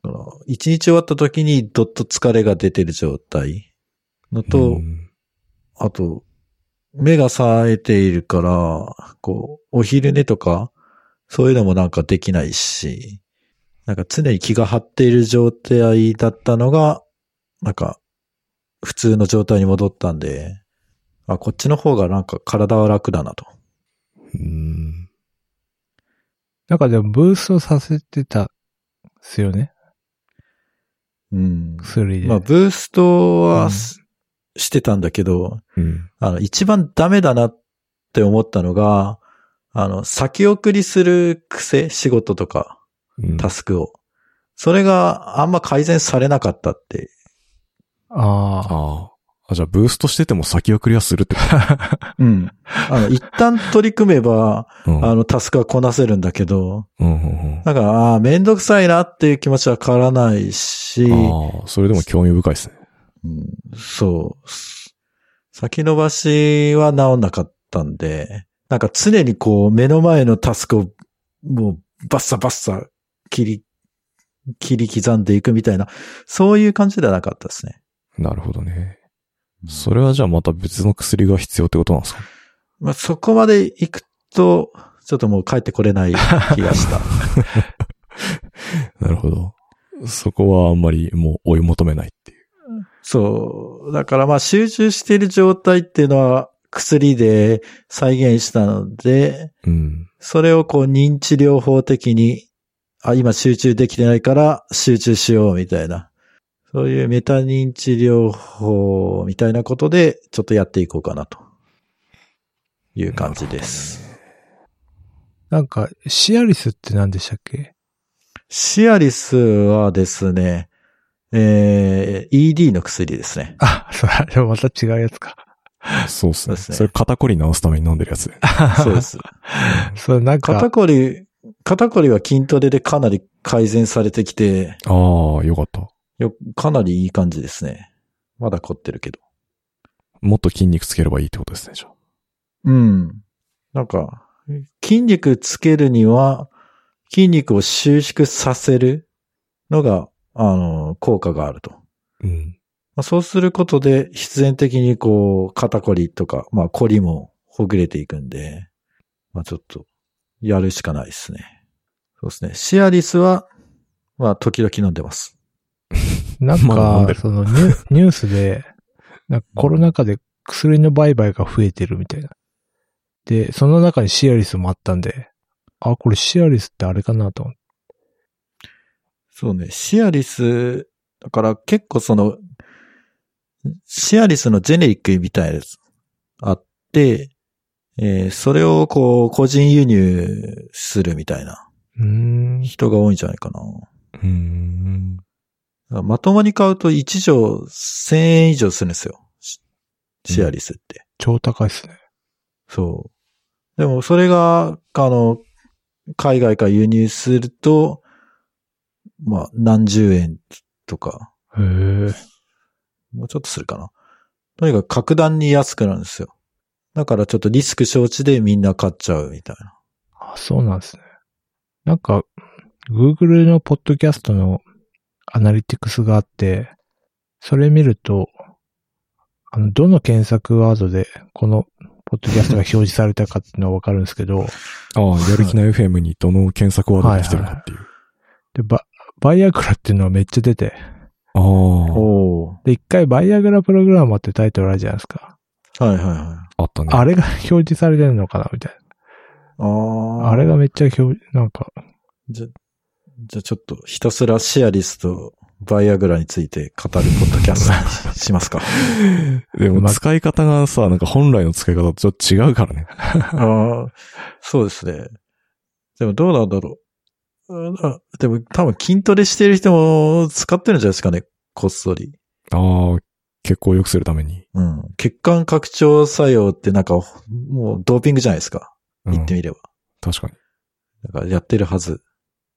Speaker 2: だから、一日終わった時にどっと疲れが出てる状態の
Speaker 3: うん。
Speaker 2: と、
Speaker 3: うん
Speaker 2: あと、目が冴えているから、こう、お昼寝とか、そういうのもなんかできないし、なんか常に気が張っている状態だったのが、なんか、普通の状態に戻ったんで、あ、こっちの方がなんか体は楽だなと。
Speaker 3: うん。
Speaker 1: なんかでもブーストさせてたっすよね。
Speaker 2: うん。
Speaker 1: 薬で。
Speaker 2: まあ、ブースト
Speaker 1: う
Speaker 2: は
Speaker 1: ん
Speaker 2: す、してたんだけど、
Speaker 3: うん。
Speaker 2: あの、一番ダメだなって思ったのが、あの、先送りする癖、仕事とか。
Speaker 3: うん
Speaker 2: タスクを。それがあんま改善されなかったって。
Speaker 1: ああ。
Speaker 3: ああ。あ、じゃあ、ブーストしてても先送りはするってこ
Speaker 2: うん。あの、一旦取り組めば、
Speaker 3: と。うん。
Speaker 2: あの、タスクはこなせるんだけど、
Speaker 3: うん、うん、
Speaker 2: なんか、ああー、めんどくさいなっていう気持ちは変わらないし、
Speaker 3: うん。ああ、それでも興味深いですね。
Speaker 2: うんそう。先延ばしは治んなかったんで、なんか常にこう、目の前のタスクを、もう、バッサバッサ、切り、切り刻んでいくみたいな、そういう感じではなかったですね。
Speaker 3: なるほどね。それはじゃあまた別の薬が必要ってことなんですか
Speaker 2: まあ、そこまで行くと、ちょっともう帰ってこれない気がした。
Speaker 3: なるほど。そこはあんまりもう追い求めないっていう。
Speaker 2: そう。だからまあ集中している状態っていうのは薬で再現したので、
Speaker 3: うん。
Speaker 2: それをこう認知療法的に、あ、今集中できてないから集中しようみたいな。そういうメタ認知療法みたいなことでちょっとやっていこうかなという感じです。
Speaker 1: なんか、シアリスって何でしたっけ
Speaker 2: シアリスはですね、えー、ED の薬です ね。
Speaker 1: あ、それ、あれまた違うやつ か。
Speaker 3: そうです
Speaker 2: そう
Speaker 3: ね。
Speaker 2: っすね
Speaker 3: それ肩こり治すために飲んでるやつ。
Speaker 2: そうです。
Speaker 1: それなん
Speaker 2: 肩
Speaker 1: か、
Speaker 2: こり、肩こりは筋トレでかなり改善されてきて、
Speaker 3: ああ、よかった。
Speaker 2: よ、かなりいい感じですね。まだ凝ってるけど。
Speaker 3: もっと筋肉つければいいってことですね、じゃあ。
Speaker 2: うん。なんか、筋肉つけるには、筋肉を収縮させるのが、あの、効果があると。
Speaker 3: うん。
Speaker 2: まあ、そうすることで、必然的にこう、肩こりとか、まあ、こりもほぐれていくんで、まあ、ちょっと、やるしかないですね。そうですね。シアリスは、まあ、時々飲んでます。
Speaker 1: なん
Speaker 3: まあ飲
Speaker 1: か
Speaker 3: んで、る
Speaker 1: そのニュニュースで、なんかコロナ禍で薬の売買が増えてるみたいな。で、その中にシアリスもあったんで、あ、これシアリスってあれかなと思って。
Speaker 2: そうね。シアリス、だから結構その、シアリスのジェネリックみたいなやつあって、えーそれをこう、個人輸入するみたいな
Speaker 1: うーん。
Speaker 2: 人が多いんじゃないかな。
Speaker 3: うーん。
Speaker 2: だからまともに買うと1錠1000円以上するんですよ。シシアリスって。
Speaker 1: 超高いっすね。
Speaker 2: そう。でもそれが、あの、海外から輸入すると、まあ、何十円とか、
Speaker 1: へえ。
Speaker 2: もうちょっとするかな。とにかく格段に安くなるんですよ。だからちょっとリスク承知でみんな買っちゃうみたいな。
Speaker 1: あ、そうなんですね。なんか、Google のポッドキャストのアナリティクスがあって、それ見ると、あの、どの検索ワードでこのポッドキャストが表示されたかっていうのはわかるんですけど、
Speaker 3: ああ、やる気な FM にどの検索ワードが来てるかっていう。
Speaker 1: で、バ、バイアグラっていうのはめっちゃ出て、
Speaker 3: あ
Speaker 2: お
Speaker 1: で、一回バイアグラプログラマーってタイトルあるじゃないですか。
Speaker 2: はいはいはい。
Speaker 3: あ、あったね。
Speaker 1: あれが表示されてるのかなみたいな。
Speaker 2: ああ。
Speaker 1: あれがめっちゃ表、なんか、
Speaker 2: じゃ、じゃあちょっとひたすらシアリスとバイアグラについて語るポッドキャストにしますか。
Speaker 3: で
Speaker 1: う
Speaker 3: も
Speaker 1: まく
Speaker 3: 使い方がさ、なんか本来の使い方とちょっと違うからね。
Speaker 2: ああ、そうですね。でもどうなんだろううん。あでも多分筋トレしてる人も使ってるんじゃないですかね、こっそり。
Speaker 3: ああ、血行を良くするために。
Speaker 2: うん。血管拡張作用ってなんか、もうドーピングじゃないですか。
Speaker 3: うん
Speaker 2: 言ってみれば。
Speaker 3: 確かに。
Speaker 2: だからやってるはず。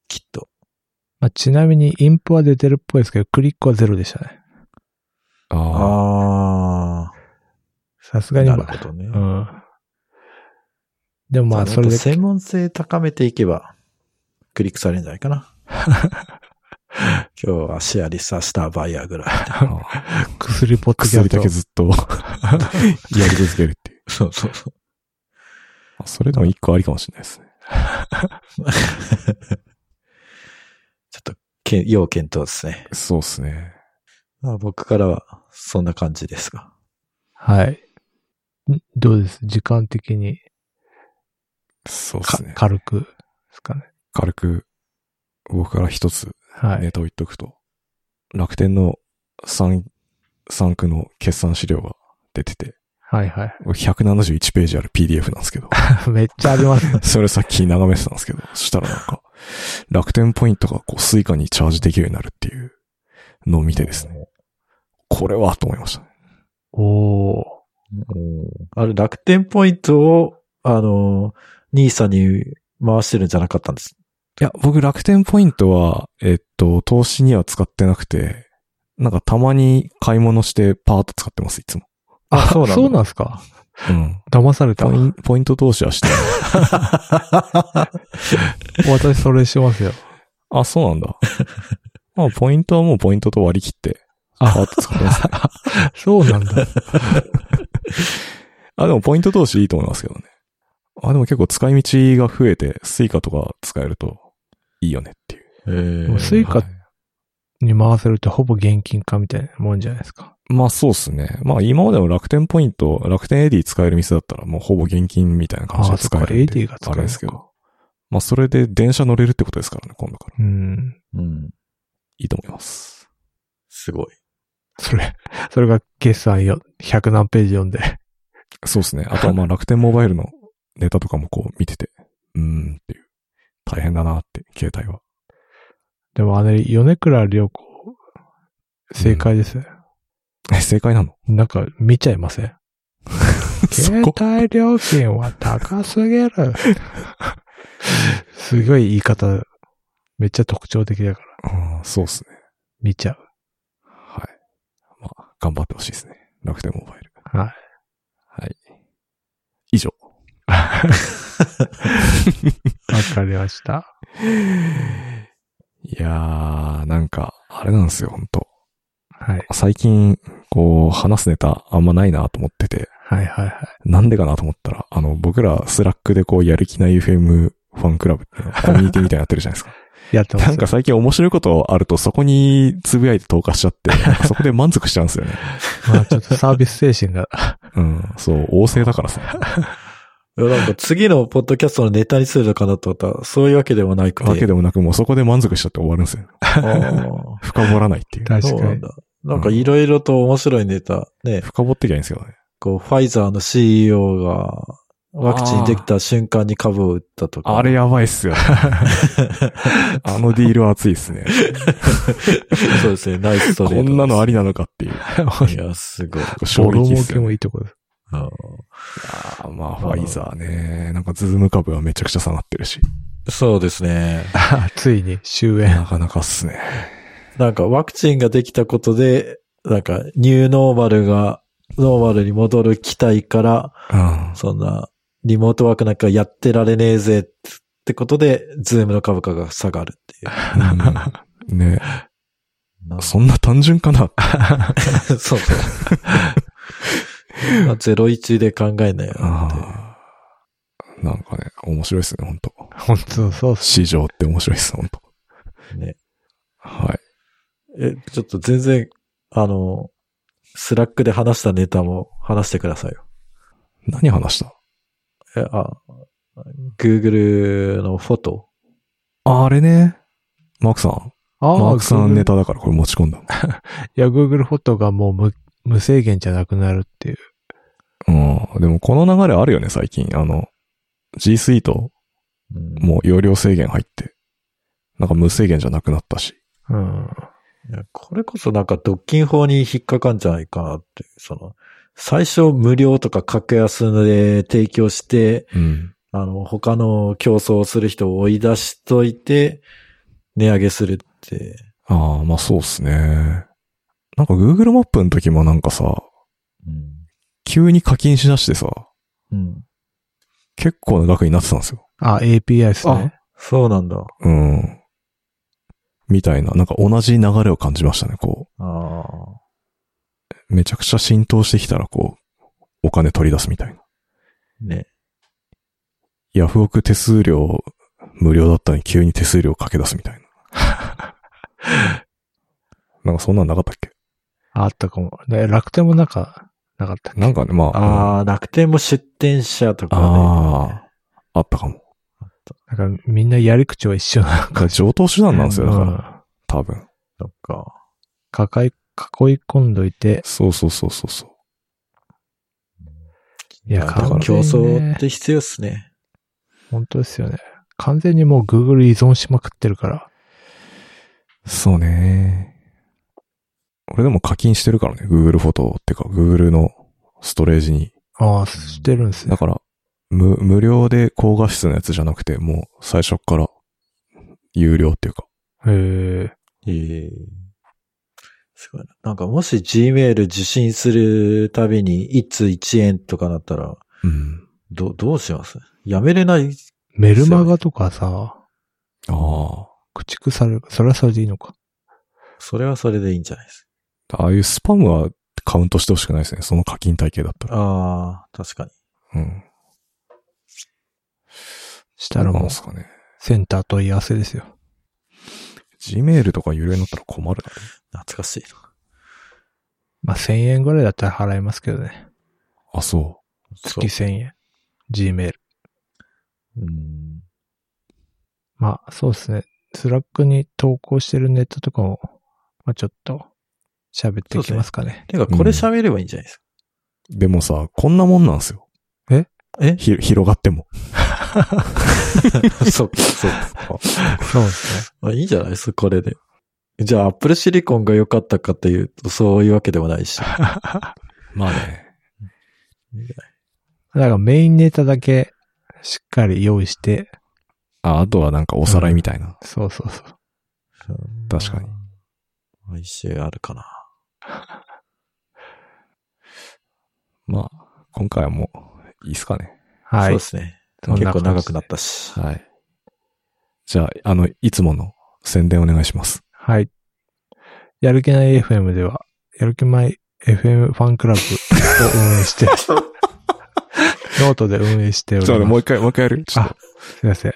Speaker 2: きっと。
Speaker 1: まあ、ちなみにインプは出てるっぽいですけど、クリックはゼロでしたね。
Speaker 3: ああ、
Speaker 2: ああ
Speaker 1: さすが
Speaker 2: ー。
Speaker 1: に、
Speaker 2: な
Speaker 1: ま
Speaker 2: る
Speaker 1: あ
Speaker 2: ほどね。
Speaker 1: うん。でもまあ、
Speaker 2: そ
Speaker 1: そ
Speaker 2: れ
Speaker 1: れで、
Speaker 2: 専門性高めていけば、クリックされるんじゃないか な。今日はシェアリス、明日はバイアグラ。
Speaker 3: ああ
Speaker 1: 薬ポッドキャ
Speaker 3: 薬
Speaker 1: ス
Speaker 3: だ
Speaker 1: ト
Speaker 3: けずっ とやり続けるっていう。
Speaker 2: そうそうそう。
Speaker 3: あそれでも一個ありかもしれないですね。
Speaker 2: ちょっと、け要検討ですね。
Speaker 3: そうですね。
Speaker 2: まあ、僕からは、そんな感じですが。
Speaker 1: はい。んどうです時間的に
Speaker 3: そうで
Speaker 1: か、
Speaker 3: すね。
Speaker 1: 軽くですかね。
Speaker 3: 軽く、僕から一つ
Speaker 1: はい。
Speaker 3: ネタを言っとくと、楽天の3、3区の決算資料が出てて、
Speaker 1: はいはい。
Speaker 3: 171ページある PDF なんです けど、
Speaker 1: めっちゃあります ね。
Speaker 3: それさっき眺めてたんですけど、そしたらなんか、楽天ポイントがこう、スイカにチャージできるようになるっていうのを見てですね、
Speaker 2: ね。
Speaker 3: これはと思いましたね。
Speaker 1: おー。
Speaker 2: あれ、楽天ポイントを、あの、兄さんに回してるんじゃなかったん です。
Speaker 3: いや、僕楽天ポイントは、えっと、投資には使ってなくて、なんかたまに買い物してパーッと使ってます、いつも。
Speaker 2: あそうなんだ
Speaker 1: そうなんですか
Speaker 3: うん。
Speaker 1: 騙された
Speaker 3: ポイ。ンポイント投資は してない。
Speaker 1: 私それしますよ。
Speaker 3: あ、そうなんだ。まあ、ポイントはもうポイントと割り切って、パーッと使っ てますね。
Speaker 1: そうなんだ。
Speaker 3: あ、でもポイント投資いいと思いますけどね。あ、でも結構使い道が増えて、スイカとか使えるといいよねっていう。
Speaker 2: え
Speaker 1: もうスイカ
Speaker 3: はい
Speaker 1: に回せるってほぼ現金化みたいなもんじゃないですか。
Speaker 3: まあそうっすね。まあ今までの楽天ポイント、楽天エディ使える店だったらもうほぼ現金みたいな感じで使える
Speaker 1: あ
Speaker 3: んで。
Speaker 1: そっか AD が使えるのか
Speaker 3: あれですけど。まあそれで電車乗れるってことですからね、今度から。
Speaker 1: うん。
Speaker 2: うん。
Speaker 3: いいと思います。
Speaker 2: すごい。
Speaker 1: それ、それが決算よ、100何ページ読んで。
Speaker 3: そうですね。あとはまあ楽天モバイルのネタとかもこう見てて、うーんっていう。大変だなって、携帯は。
Speaker 1: でもあれ、米倉涼子、正解ですね。
Speaker 3: え、正解なの
Speaker 1: なんか見ちゃいません
Speaker 3: そ
Speaker 1: 携
Speaker 3: こ
Speaker 1: 帯料金は高すぎる。すごい言い方、めっちゃ特徴的だから
Speaker 3: うん、そうっすね。
Speaker 1: 見ちゃ
Speaker 3: はい。まあ、頑張ってほしいですね。楽天モバイル。
Speaker 1: う。はい。
Speaker 3: はい。以 上。
Speaker 1: わかりました。
Speaker 3: いやー、なんか、あれなんですよ、ほんと。
Speaker 1: はい。
Speaker 3: 最近、こう、話すネタあんまないなと思ってて、
Speaker 1: はいはいはい。
Speaker 3: なんでかなと思ったら、あの、僕ら、スラックでこう、やる気ない FM ファンクラブっていうのコミュニティみたいになってるじゃない ですか。
Speaker 1: やってます
Speaker 3: なんか最近面白いことあると、そこにつぶやいて投下しちゃって、なんかそこで満足しちゃうんですよね。
Speaker 1: まあちょっとサービス精神が。
Speaker 3: うん、そう、旺盛だからさ。
Speaker 2: いやなんか次のポッドキャストのネタにするのかなと思ったら、そういうわけでもなくて。
Speaker 3: わけでもなく、もうそこで満足しちゃって終わるんですよね。
Speaker 2: あー
Speaker 3: 深掘らないっていう。
Speaker 1: 確
Speaker 2: そう
Speaker 1: か
Speaker 2: なん
Speaker 1: に。
Speaker 2: だ。なんかいろいろと面白いネタ。ね、
Speaker 3: 深掘ってきゃいいんですけどね。
Speaker 2: こう、ファイザーの CEO が、ワクチンできた瞬間に株を打ったとか。
Speaker 3: あれやばいっすよね。 あのディールは熱いっすね。
Speaker 2: そうですね、ナイストレー
Speaker 3: こ
Speaker 2: ド。
Speaker 3: んなのありなのかっていう。
Speaker 2: いや、すごい。
Speaker 3: 衝
Speaker 1: ボロ
Speaker 3: 撃で
Speaker 1: 儲
Speaker 3: す
Speaker 1: け
Speaker 3: よね
Speaker 1: もいいとこです。
Speaker 2: あ
Speaker 3: あーまあ、ファイザーね。なんかズーム株はめちゃくちゃ下がってるし。
Speaker 2: ーそうですね。
Speaker 1: ついに終焉。
Speaker 3: なかなかっすね。
Speaker 2: なんかワクチンができたことで、なんかニューノーマルが、ノーマルに戻る期待から、
Speaker 3: うん。
Speaker 2: そんなリモートワークなんかやってられねえぜってことで、ズームの株価が下がるっていう。
Speaker 3: うんね
Speaker 2: なそ
Speaker 3: そんな単純かな
Speaker 2: う そう。まあ、01で考えないよなって。
Speaker 3: あーなんかね、面白いっすね、本当
Speaker 1: 本当そうっす。
Speaker 3: 市場って面白いっす、本当
Speaker 2: ね。
Speaker 3: はい。
Speaker 2: え、ちょっと全然、あの、スラックで話したネタも話してくださいよ。
Speaker 3: 何話した
Speaker 2: え、あ、 Google のフォト。
Speaker 3: ああれね。マークさん。
Speaker 1: あ
Speaker 3: マークさんネ
Speaker 1: タ。
Speaker 3: タだからこれ持ち込んだの。
Speaker 1: いや、Google フォトがもう無無制限じゃなくなるっていう。
Speaker 3: うん。でもこの流れあるよね、最近。あの、G Suite
Speaker 2: も
Speaker 3: も容量制限入って、なんか無制限じゃなくなったし。
Speaker 1: うん。
Speaker 2: うんいや。これこそなんか独禁法に引っかかんじゃないかなって、その、最初無料とか格安で提供して、
Speaker 3: うん。
Speaker 2: あの、他の競争する人を追い出しといて、値上げするって。
Speaker 3: ああ、まあそうっすね。なんか Google マップの時もなんかさ、
Speaker 2: うん。
Speaker 3: 急に課金しだしてさ、
Speaker 2: うん。
Speaker 3: 結構な額になってたんですよ。
Speaker 1: あ、API ですね。
Speaker 2: そうなんだ。
Speaker 3: うん。みたいな、なんか同じ流れを感じましたね、こ
Speaker 2: ああ。
Speaker 3: う。めちゃくちゃ浸透してきたら、こう、お金取り出すみたいな。
Speaker 2: ね。
Speaker 3: ヤフオク手数料無料だったのに急に手数料かけ出すみたいな。 なんかそんなんなかったっけ
Speaker 1: あったかも。で楽天もなんか、なかったっけ
Speaker 3: なんかね、まあ、あ
Speaker 2: ああ、楽天も出店者とかね。
Speaker 3: あー、あったかも。
Speaker 1: なんかみんなやり口は一緒な
Speaker 3: だから上等手段なんですよ、だか
Speaker 1: う
Speaker 3: ら、
Speaker 1: ん
Speaker 3: 多分。
Speaker 2: そっか。
Speaker 1: 抱え、囲い込んどいて、
Speaker 3: そうそうそうそうそう。
Speaker 1: いや、
Speaker 2: だから
Speaker 1: 完
Speaker 2: 競
Speaker 1: 全に
Speaker 2: 争
Speaker 1: ね
Speaker 2: って必要っすね。
Speaker 1: 本当ですよね。完全にもう Google 依存しまくってるから。
Speaker 3: そうね。俺でも課金してるからね、Google フォトってか、Google のストレージに。
Speaker 1: ああ、してるんですね
Speaker 3: だ。から、無、無料で高画質のやつじゃなくて、もう最初っから有料っていうか。
Speaker 1: へえ。
Speaker 2: ええすごいな。なんかもし Gmail 受信するたびに1通1円とかなったら、
Speaker 3: うん。
Speaker 2: ど、どうしますやめれない。
Speaker 1: メルマガとかさ、
Speaker 3: あ
Speaker 1: 駆逐される。それはそれでいいのか。
Speaker 2: それはそれでいいんじゃないです
Speaker 3: あ。ああいうスパムはカウントしてほしくないですね。その課金体系だった
Speaker 2: か。
Speaker 3: ら。
Speaker 2: ああ、確かに。
Speaker 3: うん。
Speaker 1: したら
Speaker 3: な
Speaker 1: も
Speaker 3: ん
Speaker 1: う
Speaker 3: す、かね。
Speaker 1: センター問い合わせですよ。
Speaker 3: Gmail とか有料になったら困る
Speaker 2: 懐かしいな。
Speaker 1: まあ、1000円ぐらいだったら払いますけどね。
Speaker 3: な。あ、そ
Speaker 2: そう
Speaker 1: 月1000円。Gmail。
Speaker 2: うん。
Speaker 1: まあ、そうですね。スラックに投稿してるネタとかも、まあ、ちょっと、喋っていきますかね。
Speaker 2: てか、これ喋ればいいんじゃないですか。
Speaker 3: う。でもさ、こんなもんなんすよ。
Speaker 2: え
Speaker 3: ひ、広がっても。
Speaker 2: そっか、そっか。
Speaker 1: そうですね。
Speaker 2: まあいいんじゃないですか、これで。じゃあ、Apple シリコンが良かったかというと、そういうわけでもないし。
Speaker 3: まあね。
Speaker 1: だからメインネタだけ、しっかり用意して、
Speaker 3: あ、あとはなんかおさらいみたいな。
Speaker 1: そうそうそう。
Speaker 3: 確かに。
Speaker 2: 毎週あるかな。
Speaker 3: まあ、今回はもう、いいっすかね。
Speaker 1: は
Speaker 2: そう
Speaker 1: い
Speaker 2: で。すね。
Speaker 1: そん
Speaker 2: 結
Speaker 1: な感
Speaker 2: 構
Speaker 1: じで
Speaker 2: 長くなったし。
Speaker 3: はい。じゃあ、あの、いつもの宣伝お願いします。
Speaker 1: はい。やる気ない FM では、やる気ない FM ファンクラブを運営 して、ノートで運営しております。
Speaker 3: 一回、もう一回やるちょっと。
Speaker 1: すいません。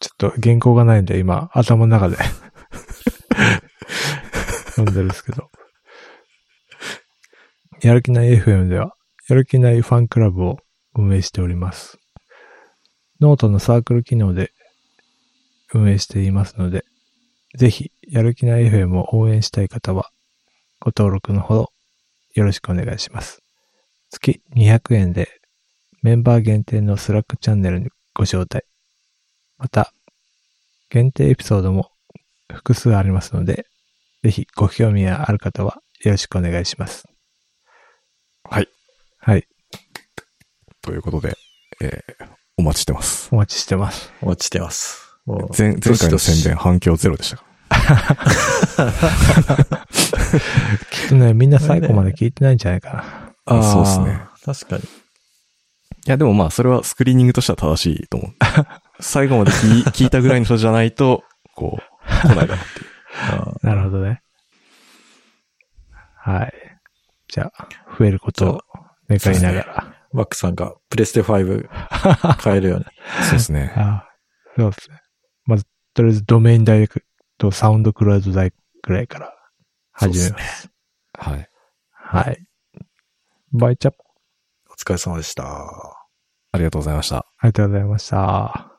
Speaker 1: ちょっと原稿がないんで、今、頭の中で 読んでるんですけど。やる気ない FM では、やる気ないファンクラブを運営しております。ノートのサークル機能で運営していますので、ぜひ、やる気ない FM を応援したい方は、ご登録のほどよろしくお願いします。月200円でメンバー限定のスラックチャンネルにご招待。また、限定エピソードも複数ありますので、ぜひご興味がある方はよろしくお願いします。
Speaker 3: はい。
Speaker 1: はい。
Speaker 3: ということで、えーお待ちしてます。
Speaker 1: お待ちしてます。
Speaker 2: 落ちてます。もう
Speaker 3: 前、前回の宣。
Speaker 2: どしど
Speaker 3: 伝反響ゼロでしたか
Speaker 1: きっとね、みんな最後まで聞いてないんじゃないかな。
Speaker 2: しああ、
Speaker 3: そ
Speaker 2: そうう
Speaker 3: っ
Speaker 2: ですすね。確
Speaker 3: ね
Speaker 2: かに。
Speaker 3: いや、でもまあ、それはスクリーニングとしては正しいと思う。 最後まで聞い聞いたぐらいの人じゃないと、こう、来ないだろうっていう。
Speaker 2: あ
Speaker 1: なるほどね。はい。じゃあ、増えることを願いながら。
Speaker 2: あマックさんがプレステ5買えるように。
Speaker 3: そうですね。
Speaker 1: ああそうですね。まず、とりあえずドメイン代とサウンドクラウド代くらいから始めます。
Speaker 3: はい。
Speaker 1: はい。バイチャップ
Speaker 2: お疲れ様でした。
Speaker 3: ありがとうございました。
Speaker 1: ありがとうございました。